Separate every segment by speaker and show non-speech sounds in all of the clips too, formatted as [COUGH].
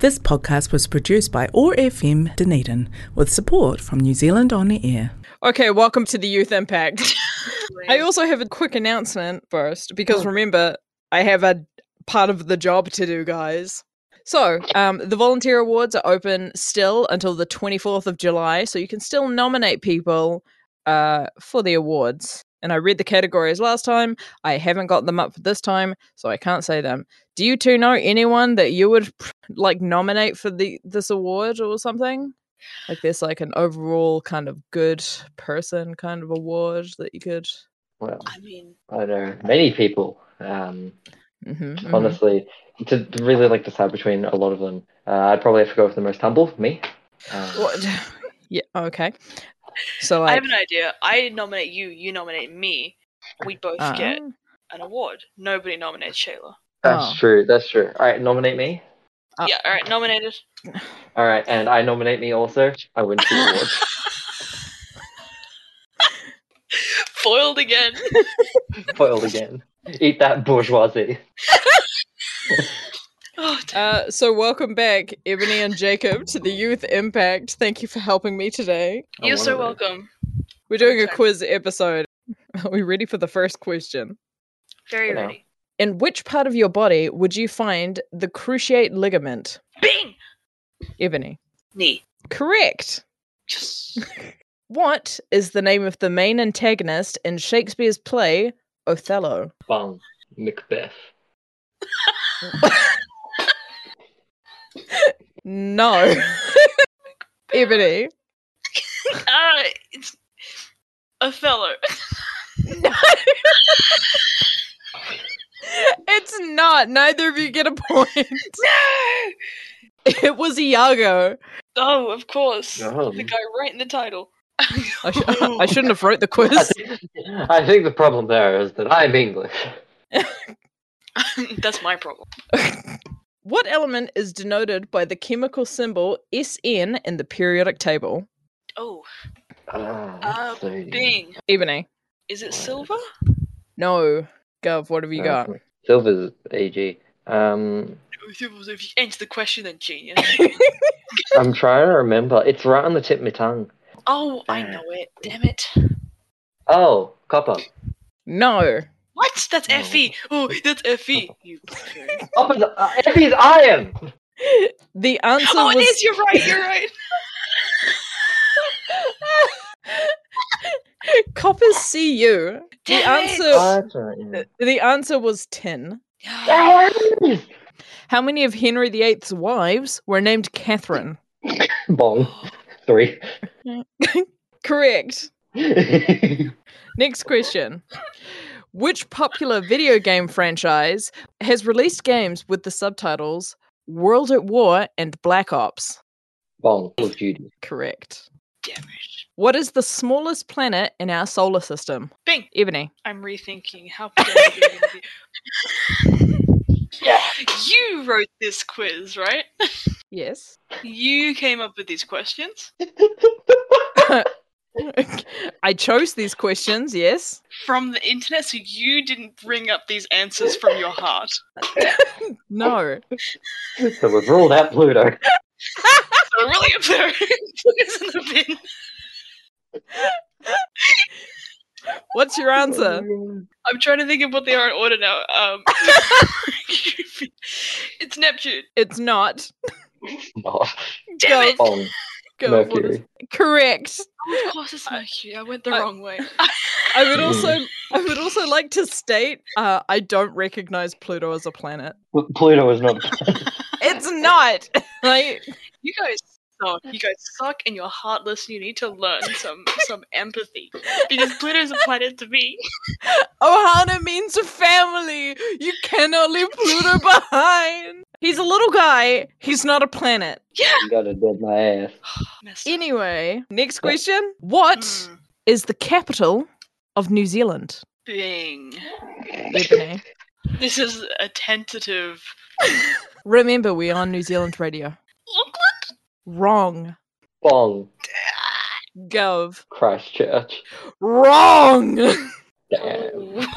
Speaker 1: This podcast was produced by ORFM Dunedin with support from New Zealand On Air.
Speaker 2: Okay, welcome to the Youth Impact. [LAUGHS] I also have a quick announcement first because remember, I have a part of the job to do, guys. So, um, the volunteer awards are open still until the 24th of July, so you can still nominate people uh, for the awards. And I read the categories last time. I haven't got them up for this time, so I can't say them. Do you two know anyone that you would like nominate for the this award or something? Like there's like an overall kind of good person kind of award that you could.
Speaker 3: Well,
Speaker 4: I mean,
Speaker 3: I know many people. Um,
Speaker 4: Mm-hmm,
Speaker 2: Mhm, mhm.
Speaker 3: Honestly, to to really like decide between a lot of them, uh, I'd probably have to go with the most humble, me. Um,
Speaker 4: [LAUGHS]
Speaker 2: What? Yeah. Okay. So
Speaker 4: I
Speaker 2: like,
Speaker 4: have an idea. I nominate you. You nominate me. We both
Speaker 2: uh,
Speaker 4: get an award. Nobody nominates Shayla.
Speaker 3: that's
Speaker 2: Oh.
Speaker 3: true. That's true. All right, nominate me.
Speaker 2: Uh,
Speaker 4: yeah. All right. Nominated.
Speaker 3: All right, and I nominate me also. I win two awards.
Speaker 4: Foiled again.
Speaker 3: Foiled again. Eat that bourgeoisie.
Speaker 4: Oh, damn.
Speaker 2: Uh, so welcome back, Ebony and Jacob, to the Youth Impact. Thank you for helping me today.
Speaker 3: I
Speaker 4: You're so
Speaker 3: wanna-
Speaker 4: welcome.
Speaker 2: We're doing a
Speaker 4: Okay.
Speaker 2: quiz episode. [LAUGHS] Are we ready for the first question?
Speaker 4: Very
Speaker 3: Hello.
Speaker 4: ready.
Speaker 2: In which part of your body would you find the cruciate ligament,
Speaker 4: Bing.
Speaker 2: Ebony?
Speaker 4: Knee.
Speaker 2: Correct.
Speaker 4: Yes.
Speaker 2: What is the name of the main antagonist in Shakespeare's play Othello?
Speaker 3: Bung. Macbeth.
Speaker 2: No, [LAUGHS] Ebony.
Speaker 4: Ah, it's Othello.
Speaker 2: No. it's not. Neither of you get a point.
Speaker 4: [LAUGHS] no.
Speaker 2: It was Iago.
Speaker 4: Oh, of course.
Speaker 3: Oh.
Speaker 4: The guy right in the title. [LAUGHS]
Speaker 2: I, sh- I shouldn't have wrote the quiz.
Speaker 3: I think the problem there is that I'm English.
Speaker 4: That's my problem.
Speaker 2: what element is denoted by the chemical symbol Sn in the periodic table?
Speaker 4: Oh,
Speaker 3: Ah,
Speaker 4: Uh,
Speaker 3: sodium.
Speaker 4: Bing.
Speaker 2: Ebony.
Speaker 4: Is it silver? Oh,
Speaker 2: No. Gov, what have you got?
Speaker 3: Um, Silver's AG. Um,
Speaker 4: If you if you answer the question, then genius.
Speaker 3: I'm trying to remember. It's right on the tip of my tongue.
Speaker 4: oh, I know it. Damn it.
Speaker 3: Oh, copper.
Speaker 2: No.
Speaker 4: What? That's
Speaker 3: No.
Speaker 4: Fe. Oh, that's Fe. You. Oh, bastard.
Speaker 3: Copper's uh, Effie's iron.
Speaker 2: The answer
Speaker 4: oh, it
Speaker 2: was
Speaker 4: is. You're right. You're right. [LAUGHS]
Speaker 2: copper's CU. The
Speaker 4: Damn it. Uh,
Speaker 2: answer
Speaker 3: Iron.
Speaker 2: the answer was tin.
Speaker 3: Yes!
Speaker 2: How many of Henry VIII's wives were named Catherine?
Speaker 3: Bong. Three. [LAUGHS]
Speaker 2: Correct.
Speaker 3: Wait,
Speaker 2: Next question. Which popular video game franchise has released games with the subtitles World at War and Black Ops?
Speaker 3: Bong. Call of
Speaker 2: [LAUGHS]
Speaker 3: Duty.
Speaker 2: Correct.
Speaker 4: Damn it.
Speaker 2: What is the smallest planet in our solar system?
Speaker 4: Bing.
Speaker 2: Ebony.
Speaker 4: I'm rethinking how. [LAUGHS] pedantic I'm gonna be. You wrote this quiz, right?
Speaker 2: Yes.
Speaker 4: You came up with these questions
Speaker 2: [LAUGHS] I chose these questions, yes.
Speaker 4: from the internet, so you didn't bring up these answers from your heart. [LAUGHS]
Speaker 2: No.
Speaker 3: So we've ruled out Pluto.
Speaker 4: So really absurd. It's in the bin.
Speaker 2: What's your answer?
Speaker 4: [LAUGHS] I'm trying to think of what they are in order now. Um, [LAUGHS] it's Neptune.
Speaker 2: It's not.
Speaker 3: Not.
Speaker 4: Damn
Speaker 2: Go.
Speaker 4: it!
Speaker 3: Oh, Bong.
Speaker 2: Go for it.
Speaker 3: Mercury.
Speaker 2: Correct.
Speaker 4: Of course, it's Mercury. I went the
Speaker 2: I-
Speaker 4: wrong way.
Speaker 2: I would also I would also like to state uh, I don't recognize Pluto as a planet.
Speaker 3: Well, Pluto is not.
Speaker 2: It's not. [LAUGHS] like
Speaker 4: [LAUGHS] You guys suck. You guys suck, and you're heartless. You need to learn [LAUGHS] some some empathy because Pluto's a planet to [SIGHS] me.
Speaker 2: Ohana Oh, means family. You cannot leave [LAUGHS] Pluto behind. He's a little guy. He's not a planet.
Speaker 3: you gotta dead my ass.
Speaker 4: Messed up.
Speaker 2: Anyway, next question. What is
Speaker 4: Mm,
Speaker 2: the capital of New Zealand?
Speaker 4: Bing.
Speaker 2: [LAUGHS] Ebony.
Speaker 4: This is a tentative.
Speaker 2: Remember, we are on New Zealand radio. Wrong.
Speaker 3: Bong.
Speaker 2: Gov.
Speaker 3: Christchurch.
Speaker 2: Wrong. [LAUGHS]
Speaker 3: Damn.
Speaker 4: Oh.
Speaker 2: It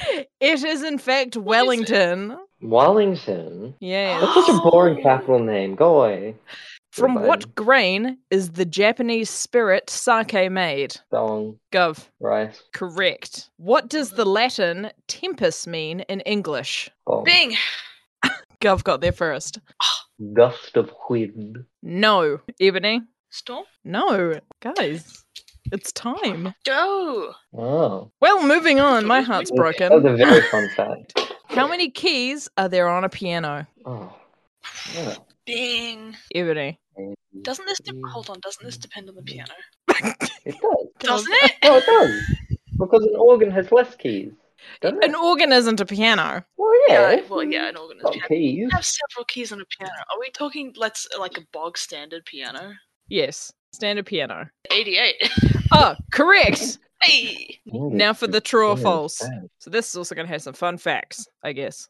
Speaker 2: Oh, is in fact Wellington.
Speaker 3: Wallington.
Speaker 2: Yeah.
Speaker 3: That's such a boring capital name. Go away.
Speaker 2: From
Speaker 3: Fine.
Speaker 2: what grain is the Japanese spirit sake made?
Speaker 3: Song,
Speaker 2: Gov.
Speaker 3: rice,
Speaker 2: Correct. What does the Latin tempest mean in English?
Speaker 3: bomb.
Speaker 4: Bing.
Speaker 2: Gov got there first.
Speaker 3: Gust of wind.
Speaker 2: No. Ebony?
Speaker 4: Storm.
Speaker 2: No. Guys, it's time.
Speaker 4: Doe.
Speaker 3: Oh.
Speaker 2: Well, moving on. My heart's
Speaker 3: That was
Speaker 2: broken.
Speaker 3: a very fun fact.
Speaker 2: How many keys are there on a piano?
Speaker 3: Oh. Yeah.
Speaker 4: Bing.
Speaker 2: Ebony.
Speaker 4: Doesn't this? De- hold on. Doesn't this depend on the piano?
Speaker 3: It does.
Speaker 4: Doesn't it?
Speaker 3: No, it does. Because an organ has less keys. Doesn't
Speaker 2: An
Speaker 3: it?
Speaker 2: organ isn't a piano.
Speaker 3: Well, [LAUGHS] yeah.
Speaker 4: Yeah. Well, yeah. An organ is
Speaker 3: Not
Speaker 4: piano.
Speaker 3: keys.
Speaker 4: We have several keys on a piano. Are we talking? Let's like a bog standard piano.
Speaker 2: Yes, standard piano.
Speaker 4: Eighty-eight.
Speaker 2: Oh, correct.
Speaker 4: [LAUGHS] hey.
Speaker 3: Holy
Speaker 2: Now for the true or
Speaker 3: shit,
Speaker 2: false.
Speaker 3: damn.
Speaker 2: So this is also going to have some fun facts, I guess.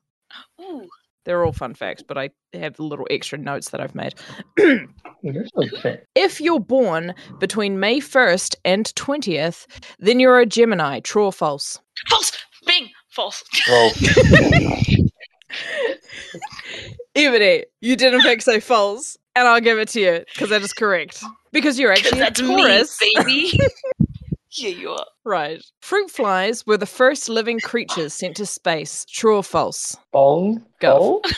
Speaker 4: Ooh.
Speaker 2: They're all fun facts, but I have little extra notes that I've made. [CLEARS THROAT]
Speaker 3: You're so fit.
Speaker 2: if you're born between May 1st and 20th, then you're a Gemini, true or false.
Speaker 4: False. Bing. False.
Speaker 3: Well,
Speaker 2: Ebony, you didn't pick say false, and I'll give it to you because that is correct. Because you're actually
Speaker 4: that's
Speaker 2: a Taurus.
Speaker 4: me, baby. yeah, you are.
Speaker 2: Right. Fruit flies were the first living creatures sent to space, true or false.
Speaker 3: bong.
Speaker 2: Go.
Speaker 3: Bong?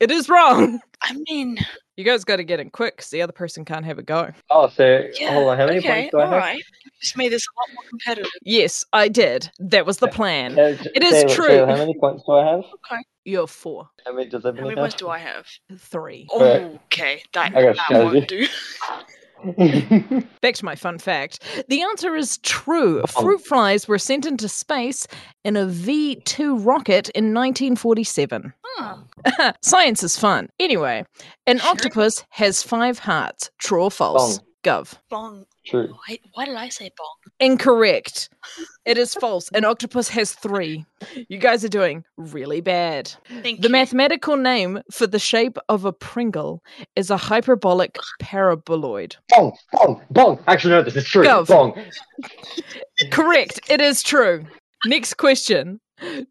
Speaker 2: It is wrong. [LAUGHS]
Speaker 4: I mean,
Speaker 2: You guys got to get in quick because the other person can't have a go.
Speaker 3: Oh, so
Speaker 4: yeah.
Speaker 3: hold on. How many
Speaker 4: okay,
Speaker 3: points do I
Speaker 4: all
Speaker 3: have?
Speaker 4: right. You just made this a lot more competitive.
Speaker 2: Yes, I did. That was the plan.
Speaker 3: Uh, j-
Speaker 2: It is
Speaker 3: Taylor,
Speaker 2: true.
Speaker 3: Taylor, how many points do I have?
Speaker 4: Okay.
Speaker 2: You're four,
Speaker 3: How many does
Speaker 4: How
Speaker 3: everyone
Speaker 4: many
Speaker 3: have?
Speaker 4: points do I have?
Speaker 2: three.
Speaker 3: Right.
Speaker 4: Okay, that,
Speaker 3: I got
Speaker 4: that won't do.
Speaker 2: Back to my fun fact. The answer is true.
Speaker 4: Oh.
Speaker 2: Fruit flies were sent into space in a V 2 rocket in 1947.
Speaker 4: Huh.
Speaker 2: [LAUGHS] Science is fun. Anyway, an
Speaker 4: Sure.
Speaker 2: octopus has five hearts, true or false.
Speaker 3: Wrong.
Speaker 2: Gov.
Speaker 4: Bong.
Speaker 3: True.
Speaker 4: Wait, why did I say bong?
Speaker 2: Incorrect. It
Speaker 4: [LAUGHS]
Speaker 2: is false. An octopus has three. You guys are doing really bad.
Speaker 4: Thank
Speaker 2: The
Speaker 4: you.
Speaker 2: mathematical name for the shape of a Pringle is a hyperbolic paraboloid.
Speaker 3: Bong, bong, bong. Actually, no, this is true.
Speaker 2: Go.
Speaker 3: Bong. [LAUGHS]
Speaker 2: Correct. It is true. Next question.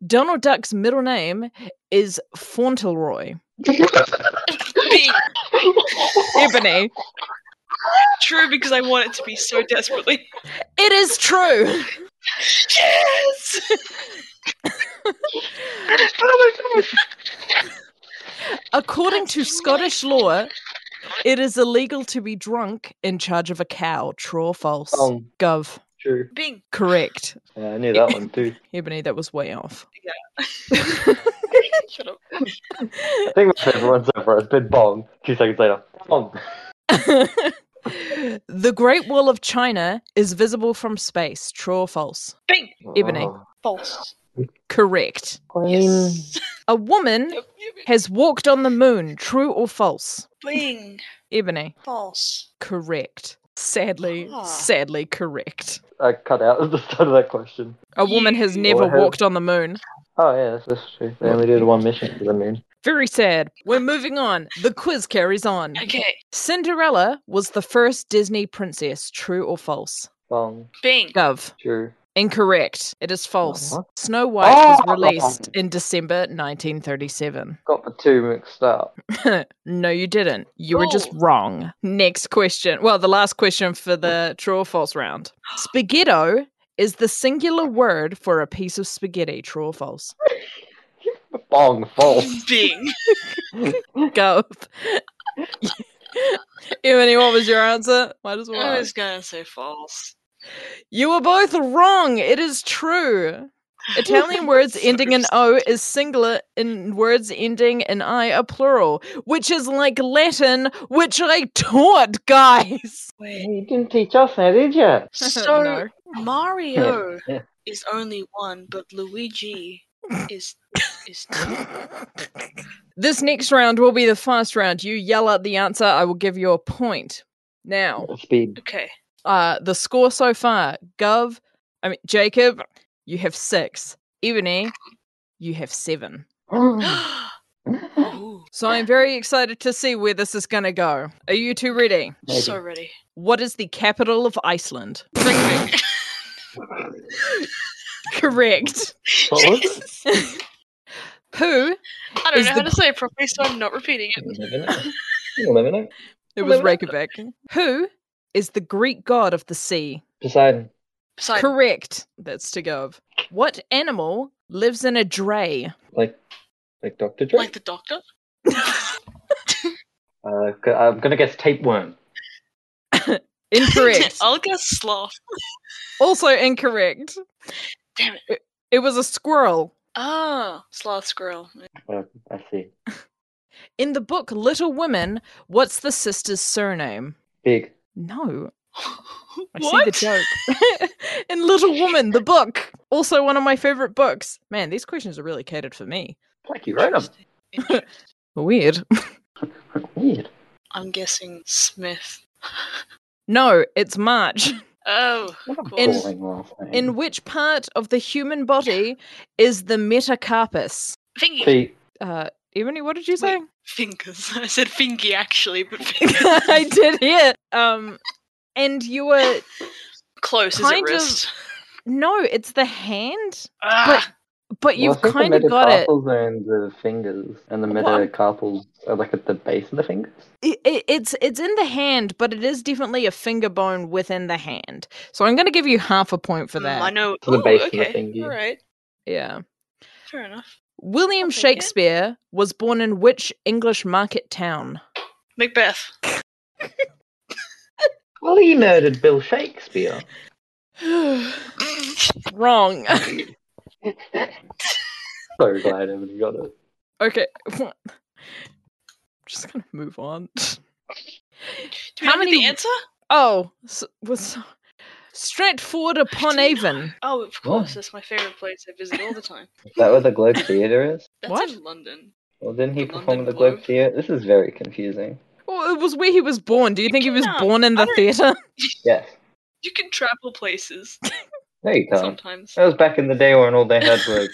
Speaker 2: Donald Duck's middle name is Fauntleroy.
Speaker 3: Oh
Speaker 4: Bing.
Speaker 2: Ebony.
Speaker 4: True, because I want it to be so desperately.
Speaker 2: It is true.
Speaker 4: Yes!
Speaker 2: According
Speaker 4: That's
Speaker 2: to Scottish law, it is illegal to be drunk in charge of a cow. True or false?
Speaker 3: Bong.
Speaker 2: Gov.
Speaker 3: True.
Speaker 4: Bing.
Speaker 2: Correct.
Speaker 3: Yeah, I knew that one too.
Speaker 2: Ebony, that was way off. [LAUGHS]
Speaker 4: Shut up.
Speaker 3: I think my favorite one so far has been bong. Two seconds later, bong.
Speaker 2: the Great Wall of China is visible from space. True or false?
Speaker 4: Bing.
Speaker 2: Ebony.
Speaker 3: Oh,
Speaker 4: False.
Speaker 2: Correct.
Speaker 3: Queen.
Speaker 2: A woman
Speaker 4: [LAUGHS] Yep, yep, yep.
Speaker 2: has walked on the moon. True or false?
Speaker 4: Bing.
Speaker 2: Ebony.
Speaker 4: False.
Speaker 2: Correct. Sadly,
Speaker 4: Ah.
Speaker 2: sadly correct.
Speaker 3: I cut out [LAUGHS] at the start of that question.
Speaker 2: A woman has
Speaker 4: You-
Speaker 2: never
Speaker 3: What?
Speaker 2: walked on the moon.
Speaker 3: Oh yeah, that's, that's true. They only did one mission to the moon.
Speaker 2: Very sad. We're moving on. The quiz carries on.
Speaker 4: Okay.
Speaker 2: Cinderella was the first Disney princess. True or false?
Speaker 3: Bong.
Speaker 4: Bing.
Speaker 2: Gov.
Speaker 3: True.
Speaker 2: Incorrect. It is false.
Speaker 3: Uh-huh.
Speaker 2: Snow White was
Speaker 4: Ah!
Speaker 3: Oh!
Speaker 2: released in December 1937.
Speaker 3: Got the two mixed up.
Speaker 2: no, you didn't. You were just
Speaker 4: Oh.
Speaker 2: wrong. Next question. Well, the last question for the true or false round.
Speaker 4: [GASPS]
Speaker 2: Spaghetto is the singular word for a piece of spaghetti. True or false?
Speaker 3: Bong.
Speaker 4: [LAUGHS]
Speaker 3: False.
Speaker 4: Bing.
Speaker 2: Go. [LAUGHS] Emily, what was your answer? Might as
Speaker 4: I
Speaker 2: well.
Speaker 4: was gonna say false.
Speaker 2: You were both wrong. It is
Speaker 4: [LAUGHS]
Speaker 2: true. Italian words ending in O is singular, and words ending in I are plural, which is like Latin, which I taught, [LAUGHS]
Speaker 4: [LAUGHS]
Speaker 2: guys.
Speaker 4: Wait.
Speaker 3: You didn't teach us now, did you?
Speaker 4: So
Speaker 2: No.
Speaker 4: Mario
Speaker 3: [LAUGHS] Yeah.
Speaker 4: is only one, but Luigi is is
Speaker 2: This next round will be the fast round. You yell out the answer, I will give you a point. Now,
Speaker 4: [GASPS]
Speaker 3: Speed.
Speaker 4: okay.
Speaker 2: uh, the score so far Gov, I mean, Jacob, you have six. Ebony, you have seven.
Speaker 4: Ooh,
Speaker 2: So I'm very excited to see where this is going to go. Are you two ready?
Speaker 3: Maybe.
Speaker 4: so ready.
Speaker 2: What is the capital of Iceland?
Speaker 4: Ring, ring.
Speaker 2: Correct.
Speaker 3: What was it?
Speaker 2: Who?
Speaker 4: I don't
Speaker 2: Is
Speaker 4: know
Speaker 2: the-
Speaker 4: how to say it properly, so I'm not repeating it.
Speaker 3: You never know. You never know.
Speaker 2: It was
Speaker 3: Well, then-
Speaker 2: Reykjavik. Who is the Greek god of the sea?
Speaker 3: Poseidon.
Speaker 4: Poseidon.
Speaker 2: Correct. That's to go of. What animal lives in a dray?
Speaker 3: Like, like Dr. Dre.
Speaker 4: Like the doctor? [LAUGHS]
Speaker 3: Uh, g- I'm gonna guess tapeworm.
Speaker 2: Incorrect.
Speaker 4: I'll guess sloth.
Speaker 2: also incorrect.
Speaker 4: Damn it.
Speaker 2: It was a squirrel.
Speaker 4: Ah, sloth [LAUGHS] squirrel.
Speaker 3: Uh, I see.
Speaker 2: In the book Little Women, what's the sister's surname?
Speaker 3: Big.
Speaker 2: No, I
Speaker 4: what?
Speaker 2: see the joke. [LAUGHS] In Little Woman, the book, also one of my favorite books. Man, these questions are really catered for me.
Speaker 3: Like you wrote 'em.
Speaker 4: Interesting, [LAUGHS] interesting.
Speaker 2: Weird. [LAUGHS]
Speaker 3: Weird.
Speaker 4: I'm guessing Smith.
Speaker 2: No, it's March.
Speaker 4: Oh,
Speaker 3: What a
Speaker 4: In-
Speaker 3: boring last name.
Speaker 2: In which part of the human body is the metacarpus?
Speaker 4: Fingy.
Speaker 3: Feet.
Speaker 2: Uh, Ebony, what did you say?
Speaker 4: Wait. Fingers. [LAUGHS] I said fingy actually, [LAUGHS] but fingers.
Speaker 2: [LAUGHS] I did hear. Um, and you were
Speaker 4: Close is it
Speaker 2: Kind of-
Speaker 4: wrist.
Speaker 2: no, it's the hand,
Speaker 4: Ah,
Speaker 2: but you've
Speaker 3: well, I think
Speaker 2: kind of
Speaker 3: the
Speaker 2: got it.
Speaker 3: metacarpals are in the fingers, and the
Speaker 2: What?
Speaker 3: metacarpals are like at the base of the fingers.
Speaker 2: I- i- It's it's in the hand, but it is definitely a finger bone within the hand. So I'm going to give you half a point for
Speaker 4: mm, I
Speaker 2: that.
Speaker 4: know.
Speaker 3: To the
Speaker 4: Ooh,
Speaker 3: base of the
Speaker 4: okay.
Speaker 3: thingy.
Speaker 4: All right.
Speaker 2: Yeah.
Speaker 4: Fair enough.
Speaker 2: William
Speaker 4: I'll take it.
Speaker 2: Shakespeare was born in which English market
Speaker 4: [SIGHS]
Speaker 2: town? [CLEARS THROAT]
Speaker 4: Macbeth.
Speaker 3: Well, he murdered Bill Shakespeare.
Speaker 2: Wrong. [LAUGHS]
Speaker 3: so glad Emily got it.
Speaker 2: okay. [LAUGHS] Just gonna move on.
Speaker 4: Do we
Speaker 2: How
Speaker 4: not get
Speaker 2: many-
Speaker 4: the answer?
Speaker 2: Oh, s was Stratford upon Avon.
Speaker 4: Oh, of course. That's my favorite place. I visit all
Speaker 2: [LAUGHS]
Speaker 4: the time.
Speaker 3: Is that where the Globe Theatre is?
Speaker 4: That's
Speaker 2: What?
Speaker 4: in London.
Speaker 3: Well, didn't he
Speaker 4: The
Speaker 3: perform
Speaker 4: London
Speaker 3: at the Globe
Speaker 4: Globe.
Speaker 3: Theatre? This is very confusing.
Speaker 2: Well, it was where he was born. Do you think he was
Speaker 4: No,
Speaker 2: born in
Speaker 4: I
Speaker 2: the
Speaker 4: don't-
Speaker 2: theatre?
Speaker 3: Yes.
Speaker 4: You can travel
Speaker 3: [LAUGHS]
Speaker 4: places
Speaker 3: There you go.
Speaker 4: sometimes.
Speaker 3: That was back in the day when all they had were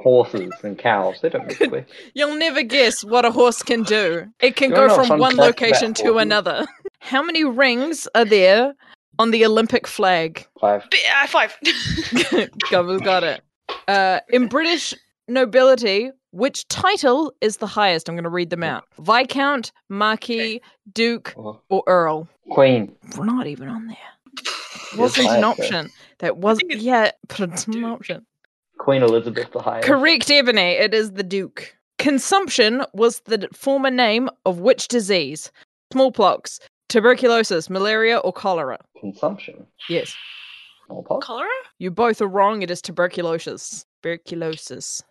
Speaker 3: horses and cows. They don't move
Speaker 2: [LAUGHS]
Speaker 3: quick.
Speaker 2: You'll never guess what a horse can do. It can
Speaker 3: You're
Speaker 2: go
Speaker 3: not
Speaker 2: from
Speaker 3: from
Speaker 2: one
Speaker 3: Test
Speaker 2: location
Speaker 3: Bat
Speaker 2: to
Speaker 3: Horses.
Speaker 2: another. [LAUGHS] How many rings are there on the Olympic flag? [LAUGHS]
Speaker 3: Five.
Speaker 4: B- high uh, five. [LAUGHS]
Speaker 2: Gobble got it. Uh, in British nobility, which title is the highest? I'm going to read them out Viscount, Marquis, Duke,
Speaker 3: Oh,
Speaker 2: or Earl.
Speaker 3: Queen.
Speaker 2: We're not even on there.
Speaker 3: Yes,
Speaker 2: Wasn't
Speaker 3: I
Speaker 2: an
Speaker 3: am, sir.
Speaker 2: option. That was,
Speaker 4: think it's
Speaker 2: yeah, but it's an
Speaker 4: Duke.
Speaker 2: option.
Speaker 3: Queen Elizabeth the Highest.
Speaker 2: Correct, Ebony. It is the Duke. Consumption was the d- former name of which disease? Smallpox, tuberculosis, malaria, or cholera?
Speaker 3: Consumption.
Speaker 2: Yes.
Speaker 3: Or pot.
Speaker 4: Cholera?
Speaker 2: You both are wrong. It is tuberculosis. Tuberculosis.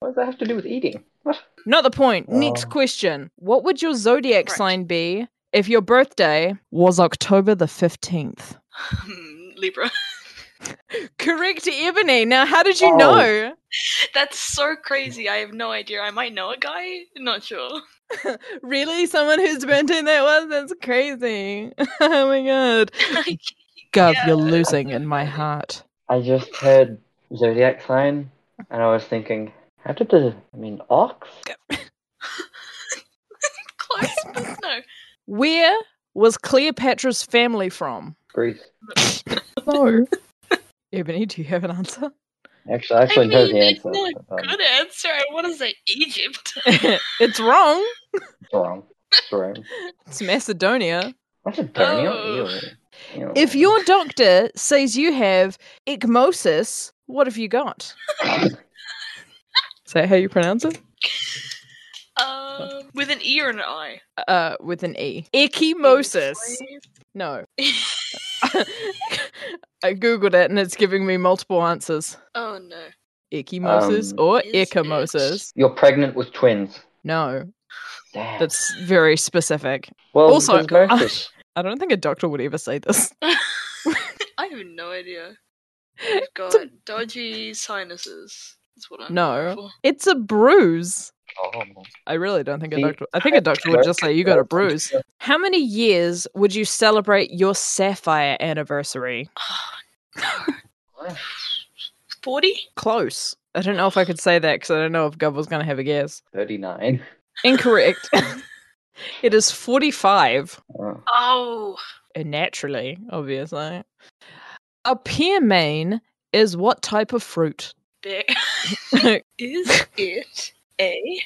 Speaker 3: What does that have to do with eating? What?
Speaker 2: Not the point. Next
Speaker 3: Oh.
Speaker 2: question. What would your zodiac
Speaker 4: Right.
Speaker 2: sign be if your birthday was October the 15th?
Speaker 4: Hmm, Libra. [LAUGHS]
Speaker 2: Correct, Ebony. Now, how did you
Speaker 3: Oh.
Speaker 2: know?
Speaker 4: That's so crazy. I have no idea. I might know a guy. Not sure. [LAUGHS]
Speaker 2: Really? Someone whose birthday that was? That's crazy. [LAUGHS] oh my god. Gov,
Speaker 4: Yeah.
Speaker 2: you're losing in my heart.
Speaker 3: I just heard zodiac sign, and I was thinking, how did the? I mean, ox.
Speaker 4: Close. but No.
Speaker 2: Where was Cleopatra's family from?
Speaker 3: Greece.
Speaker 2: [LAUGHS] No. Ebony, do you have an [LAUGHS] answer?
Speaker 3: Actually, I actually know
Speaker 4: mean,
Speaker 3: the
Speaker 4: it's
Speaker 3: answer.
Speaker 4: not
Speaker 3: but, um,
Speaker 4: Good answer. I want to say Egypt.
Speaker 3: [LAUGHS]
Speaker 2: it's wrong.
Speaker 3: It's wrong. It's wrong.
Speaker 2: It's Macedonia.
Speaker 3: That's a darn
Speaker 4: Oh.
Speaker 3: ew, ew.
Speaker 2: If your doctor says you have ecmosis, what have you got? Is that how you pronounce it?
Speaker 4: Uh, with an E or an I?
Speaker 2: Uh, with an E. Ecchymosis. No. [LAUGHS] I googled it and it's giving me multiple answers.
Speaker 4: Oh no.
Speaker 2: Ecchymosis
Speaker 3: Um,
Speaker 2: or
Speaker 4: Is it-
Speaker 2: ecchymosis.
Speaker 3: you're pregnant with twins.
Speaker 2: No,
Speaker 3: Damn.
Speaker 2: that's very specific.
Speaker 3: well,
Speaker 2: also-
Speaker 3: there's no such-
Speaker 2: I don't think a doctor would ever say this. [LAUGHS]
Speaker 4: I have no idea. I've got dodgy sinuses. That's what I'm
Speaker 2: No.
Speaker 4: looking for.
Speaker 2: It's a bruise.
Speaker 3: Oh.
Speaker 2: I really don't think a
Speaker 3: See,
Speaker 2: doctor. I think a doctor would just say you got a bruise. How many years would you celebrate your sapphire anniversary?
Speaker 4: [GASPS] Forty?
Speaker 2: Close. I don't know if I could say that because I don't know if Gov was going to have a guess.
Speaker 3: Thirty-nine.
Speaker 2: Incorrect. [LAUGHS] it is forty-five,
Speaker 3: Oh.
Speaker 4: Oh,
Speaker 2: and naturally, obviously, a pear [LAUGHS] main is what type of fruit?
Speaker 4: there [LAUGHS] is it a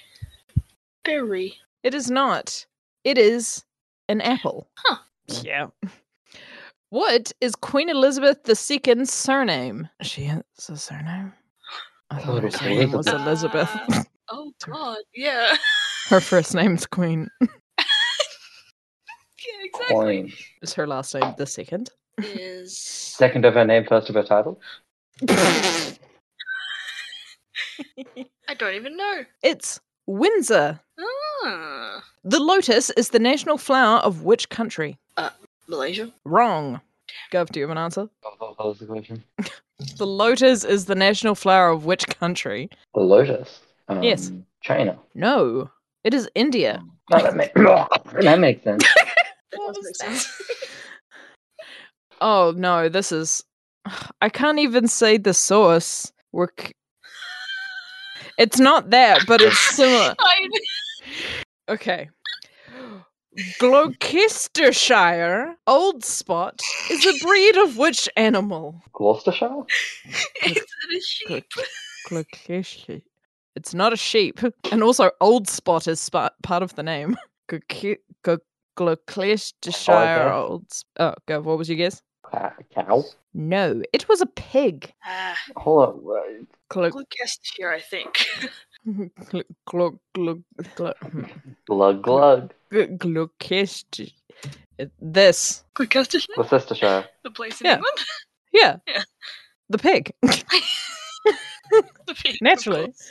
Speaker 4: berry?
Speaker 2: It is not. It is an apple.
Speaker 4: Huh.
Speaker 2: Yeah. What is Queen Elizabeth II's surname? She has a surname? I
Speaker 3: Oh,
Speaker 2: thought her
Speaker 3: it's
Speaker 2: surname was Elizabeth. [LAUGHS]
Speaker 4: Elizabeth. Oh god, yeah. [LAUGHS]
Speaker 2: her first name's Queen.
Speaker 4: yeah, exactly.
Speaker 3: Coin.
Speaker 2: Is her last name the second? [LAUGHS]
Speaker 4: Is
Speaker 3: Second of her name, first of her title.
Speaker 4: I don't even know.
Speaker 2: it's Windsor.
Speaker 4: Ah,
Speaker 2: The lotus is the national flower of which country?
Speaker 4: Malaysia.
Speaker 2: Wrong. Gov, do you have an answer?
Speaker 3: What- what- what Oh, was the question?
Speaker 2: The lotus is the national flower of which country?
Speaker 3: The lotus. Um,
Speaker 2: Yes.
Speaker 3: China.
Speaker 2: No, it is India.
Speaker 3: No, that, ma- [COUGHS] that makes sense.
Speaker 4: That
Speaker 2: What
Speaker 4: does
Speaker 2: was
Speaker 4: make sense.
Speaker 2: Oh no, this is. [SIGHS] I can't even say the source. We're. c- It's not that, but it's similar.
Speaker 4: [LAUGHS] I-
Speaker 2: Okay. [GASPS] Gloucestershire Old Spot [LAUGHS] is a breed of which animal?
Speaker 3: Gloucestershire?
Speaker 4: [LAUGHS] is it a sheep?
Speaker 2: Gloucestershire. It's not a sheep. And also, Old Spot is spa- part of the name. [LAUGHS] Glouce- Glou- Gloucestershire
Speaker 3: Oh,
Speaker 2: Old. Sp- Oh, go. What was your guess?
Speaker 3: Ca- Cow?
Speaker 2: No, it was a pig.
Speaker 4: Ah,
Speaker 3: Hold on. wait.
Speaker 2: Glu-
Speaker 4: Gloucestershire, I think. [LAUGHS]
Speaker 2: glu- glu- glu- glu- hmm.
Speaker 3: Glug glug.
Speaker 2: Glu- Gloucester. It- This.
Speaker 4: Gloucestershire,
Speaker 3: Gloucestershire.
Speaker 4: the place in
Speaker 2: Yeah.
Speaker 4: England. [LAUGHS]
Speaker 2: Yeah.
Speaker 4: Yeah.
Speaker 2: The pig.
Speaker 4: The pig, of
Speaker 2: Naturally.
Speaker 4: course.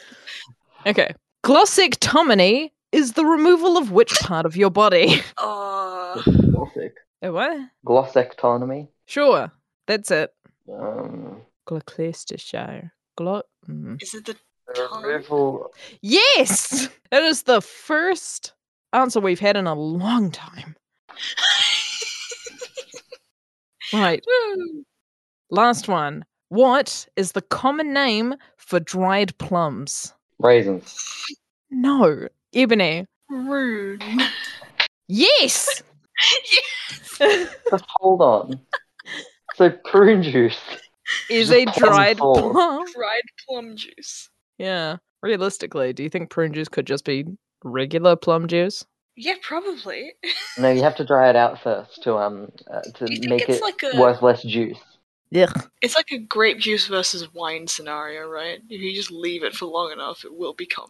Speaker 2: Okay. Glossectomy is the removal of which part of your body?
Speaker 4: Oh,
Speaker 3: Glossic.
Speaker 2: Oh, what?
Speaker 3: Glossectonomy.
Speaker 2: Sure. That's it.
Speaker 3: Um,
Speaker 2: Gloucestershire. Glo- mm.
Speaker 4: is it the
Speaker 3: the
Speaker 4: Tom?
Speaker 3: removal-
Speaker 2: Yes! That is the first answer we've had in a long time. Right.
Speaker 4: Woo.
Speaker 2: Last one. What is the common name for dried plums?
Speaker 3: Raisins.
Speaker 2: No. Ebony.
Speaker 4: rude? [LAUGHS]
Speaker 2: Yes!
Speaker 3: Just hold on. So prune juice.
Speaker 2: is a dried
Speaker 3: Plum.
Speaker 2: plum.
Speaker 4: Dried plum juice.
Speaker 2: Yeah. Realistically, do you think prune juice could just be regular plum juice?
Speaker 4: Yeah, probably.
Speaker 3: No, you have to dry it out first to um uh, to
Speaker 4: Do you think
Speaker 3: make
Speaker 4: it's
Speaker 3: it
Speaker 4: like a-
Speaker 3: worth less juice.
Speaker 2: Yeah.
Speaker 4: It's like a grape juice versus wine scenario, right? If you just leave it for long enough, it will become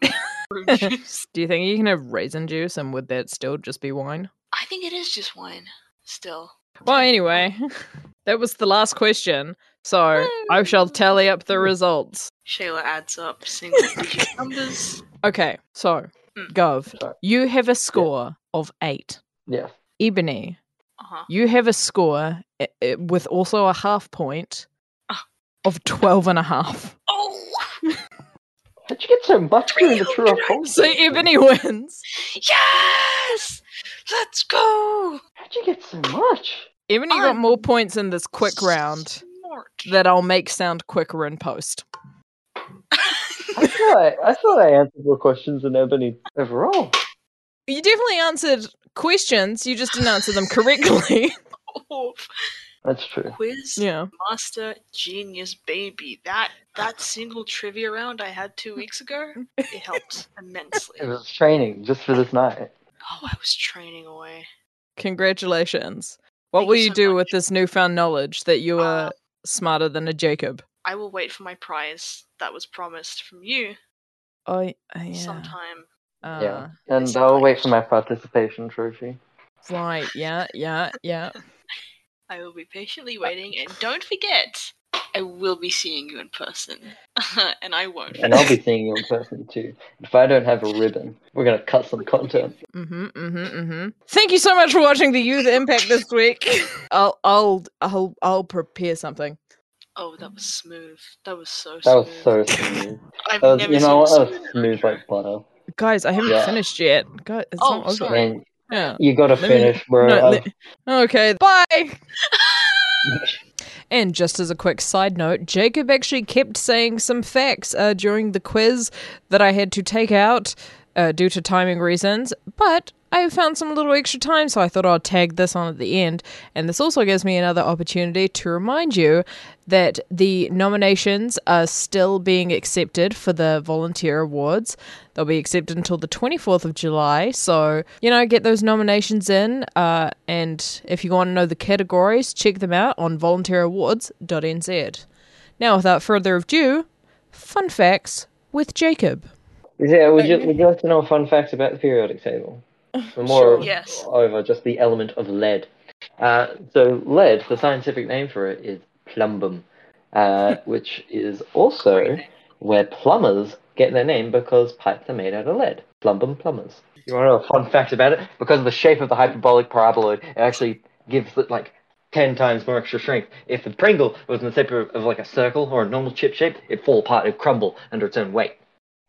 Speaker 4: prune juice.
Speaker 2: Do you think you can have raisin juice and would that still just be wine?
Speaker 4: I think it is just wine. Still.
Speaker 2: Well, anyway, [LAUGHS] that was the last question. So I shall tally up the results.
Speaker 4: Shayla adds up single digit numbers.
Speaker 2: Okay, so
Speaker 4: Mm.
Speaker 2: Gov,
Speaker 3: Sorry.
Speaker 2: you have a score of eight.
Speaker 3: Yes.
Speaker 2: Ebony,
Speaker 4: Uh huh.
Speaker 2: you have a score i- i- with also a half point
Speaker 4: Ah.
Speaker 2: of 12 and a
Speaker 4: [LAUGHS]
Speaker 2: half.
Speaker 4: Oh!
Speaker 3: How'd you get so much during the true or false?
Speaker 2: So [LAUGHS] Ebony wins.
Speaker 4: Yes! Let's go!
Speaker 3: How'd you get so much?
Speaker 2: Ebony got more points in this quick round
Speaker 4: Smart.
Speaker 2: that I'll make sound quicker in post.
Speaker 3: I thought I, I thought I answered more questions than Ebony overall.
Speaker 2: You definitely answered questions, you just didn't answer them
Speaker 4: [LAUGHS]
Speaker 2: correctly.
Speaker 4: [LAUGHS] Oh,
Speaker 3: That's true.
Speaker 4: quiz
Speaker 2: yeah.
Speaker 4: master genius baby. That that single trivia round I had two weeks ago, it helps
Speaker 3: [LAUGHS]
Speaker 4: immensely.
Speaker 3: It was training just for this night.
Speaker 4: Oh, I was training away.
Speaker 2: Congratulations. What
Speaker 4: Thank
Speaker 2: will
Speaker 4: you
Speaker 2: you
Speaker 4: so
Speaker 2: do
Speaker 4: much.
Speaker 2: with this newfound knowledge that you are
Speaker 4: Uh,
Speaker 2: smarter than a Jacob?
Speaker 4: I will wait for my prize that was promised from you
Speaker 2: Oh, y- oh, yeah.
Speaker 4: sometime.
Speaker 2: Uh,
Speaker 3: yeah. And
Speaker 4: it's
Speaker 3: I'll
Speaker 4: nice.
Speaker 3: wait for my participation trophy.
Speaker 2: Right. Yeah. Yeah. Yeah.
Speaker 4: I will be patiently waiting, and don't forget, I will be seeing you in person, [LAUGHS] and I won't.
Speaker 3: And I'll be seeing you in person too. If I don't have a ribbon, we're gonna cut some content.
Speaker 2: Mm-hmm. Mm-hmm. Mm-hmm. Thank you so much for watching the Youth Impact this week. [LAUGHS] I'll I'll I'll I'll prepare something.
Speaker 4: Oh, that was smooth. That was so
Speaker 3: That
Speaker 4: smooth.
Speaker 3: was so smooth.
Speaker 4: I've
Speaker 3: That was,
Speaker 4: never
Speaker 3: you
Speaker 4: seen
Speaker 3: know
Speaker 4: a
Speaker 3: what? That was
Speaker 4: smooth
Speaker 3: smooth
Speaker 4: intro.
Speaker 3: like butter.
Speaker 2: Guys, I haven't
Speaker 3: Yeah.
Speaker 2: finished yet. Guys, it's
Speaker 4: Oh,
Speaker 2: not over.
Speaker 4: sorry.
Speaker 3: Man,
Speaker 2: Yeah.
Speaker 3: you gotta
Speaker 2: Let me-
Speaker 3: finish, bro.
Speaker 2: no,
Speaker 3: I've-
Speaker 2: let- Okay. Bye. [LAUGHS] And just as a quick side note, Jacob actually kept saying some facts uh, during the quiz that I had to take out uh, due to timing reasons, but I found some little extra time, so I thought I'll tag this on at the end. And this also gives me another opportunity to remind you that the nominations are still being accepted for the volunteer awards. They'll be accepted until the 24th of July. So, you know, get those nominations in. Uh, and if you want to know the categories, check them out on volunteerawards.nz. Now, without further ado, fun facts with Jacob.
Speaker 3: Yeah, would you, would you like to know fun facts about the periodic table? For more
Speaker 4: Sure. Yes.
Speaker 3: over just the element of lead. Uh, so lead, the scientific name for it is plumbum, uh, which is also where plumbers get their name because pipes are made out of lead. Plumbum plumbers. You want to know a fun fact about it? Because of the shape of the hyperbolic paraboloid, it actually gives it like ten times more extra strength. If the Pringle was in the shape of, of like a circle or a normal chip shape, it'd fall apart, it'd crumble under its own weight.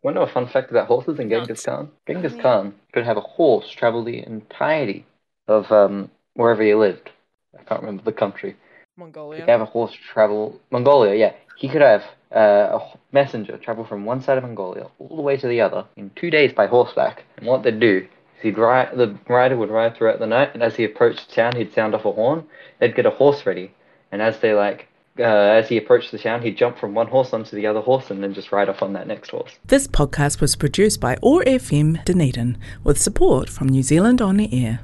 Speaker 3: Want to know a fun fact about horses in Genghis Khan? Genghis Khan could have a horse travel the entirety of um, wherever he lived. I can't remember the country. He
Speaker 2: Mongolia.
Speaker 3: could have a horse travel Mongolia. Yeah, he could have uh, a h- messenger travel from one side of Mongolia all the way to the other in two days by horseback. And what they'd do is he'd ride. The rider would ride throughout the night, and as he approached town, he'd sound off a horn. They'd get a horse ready, and as they like. Uh, as he approached the town, he'd jump from one horse onto the other horse and then just ride off on that next horse.
Speaker 1: This podcast was produced by ORFM Dunedin with support from New Zealand On Air.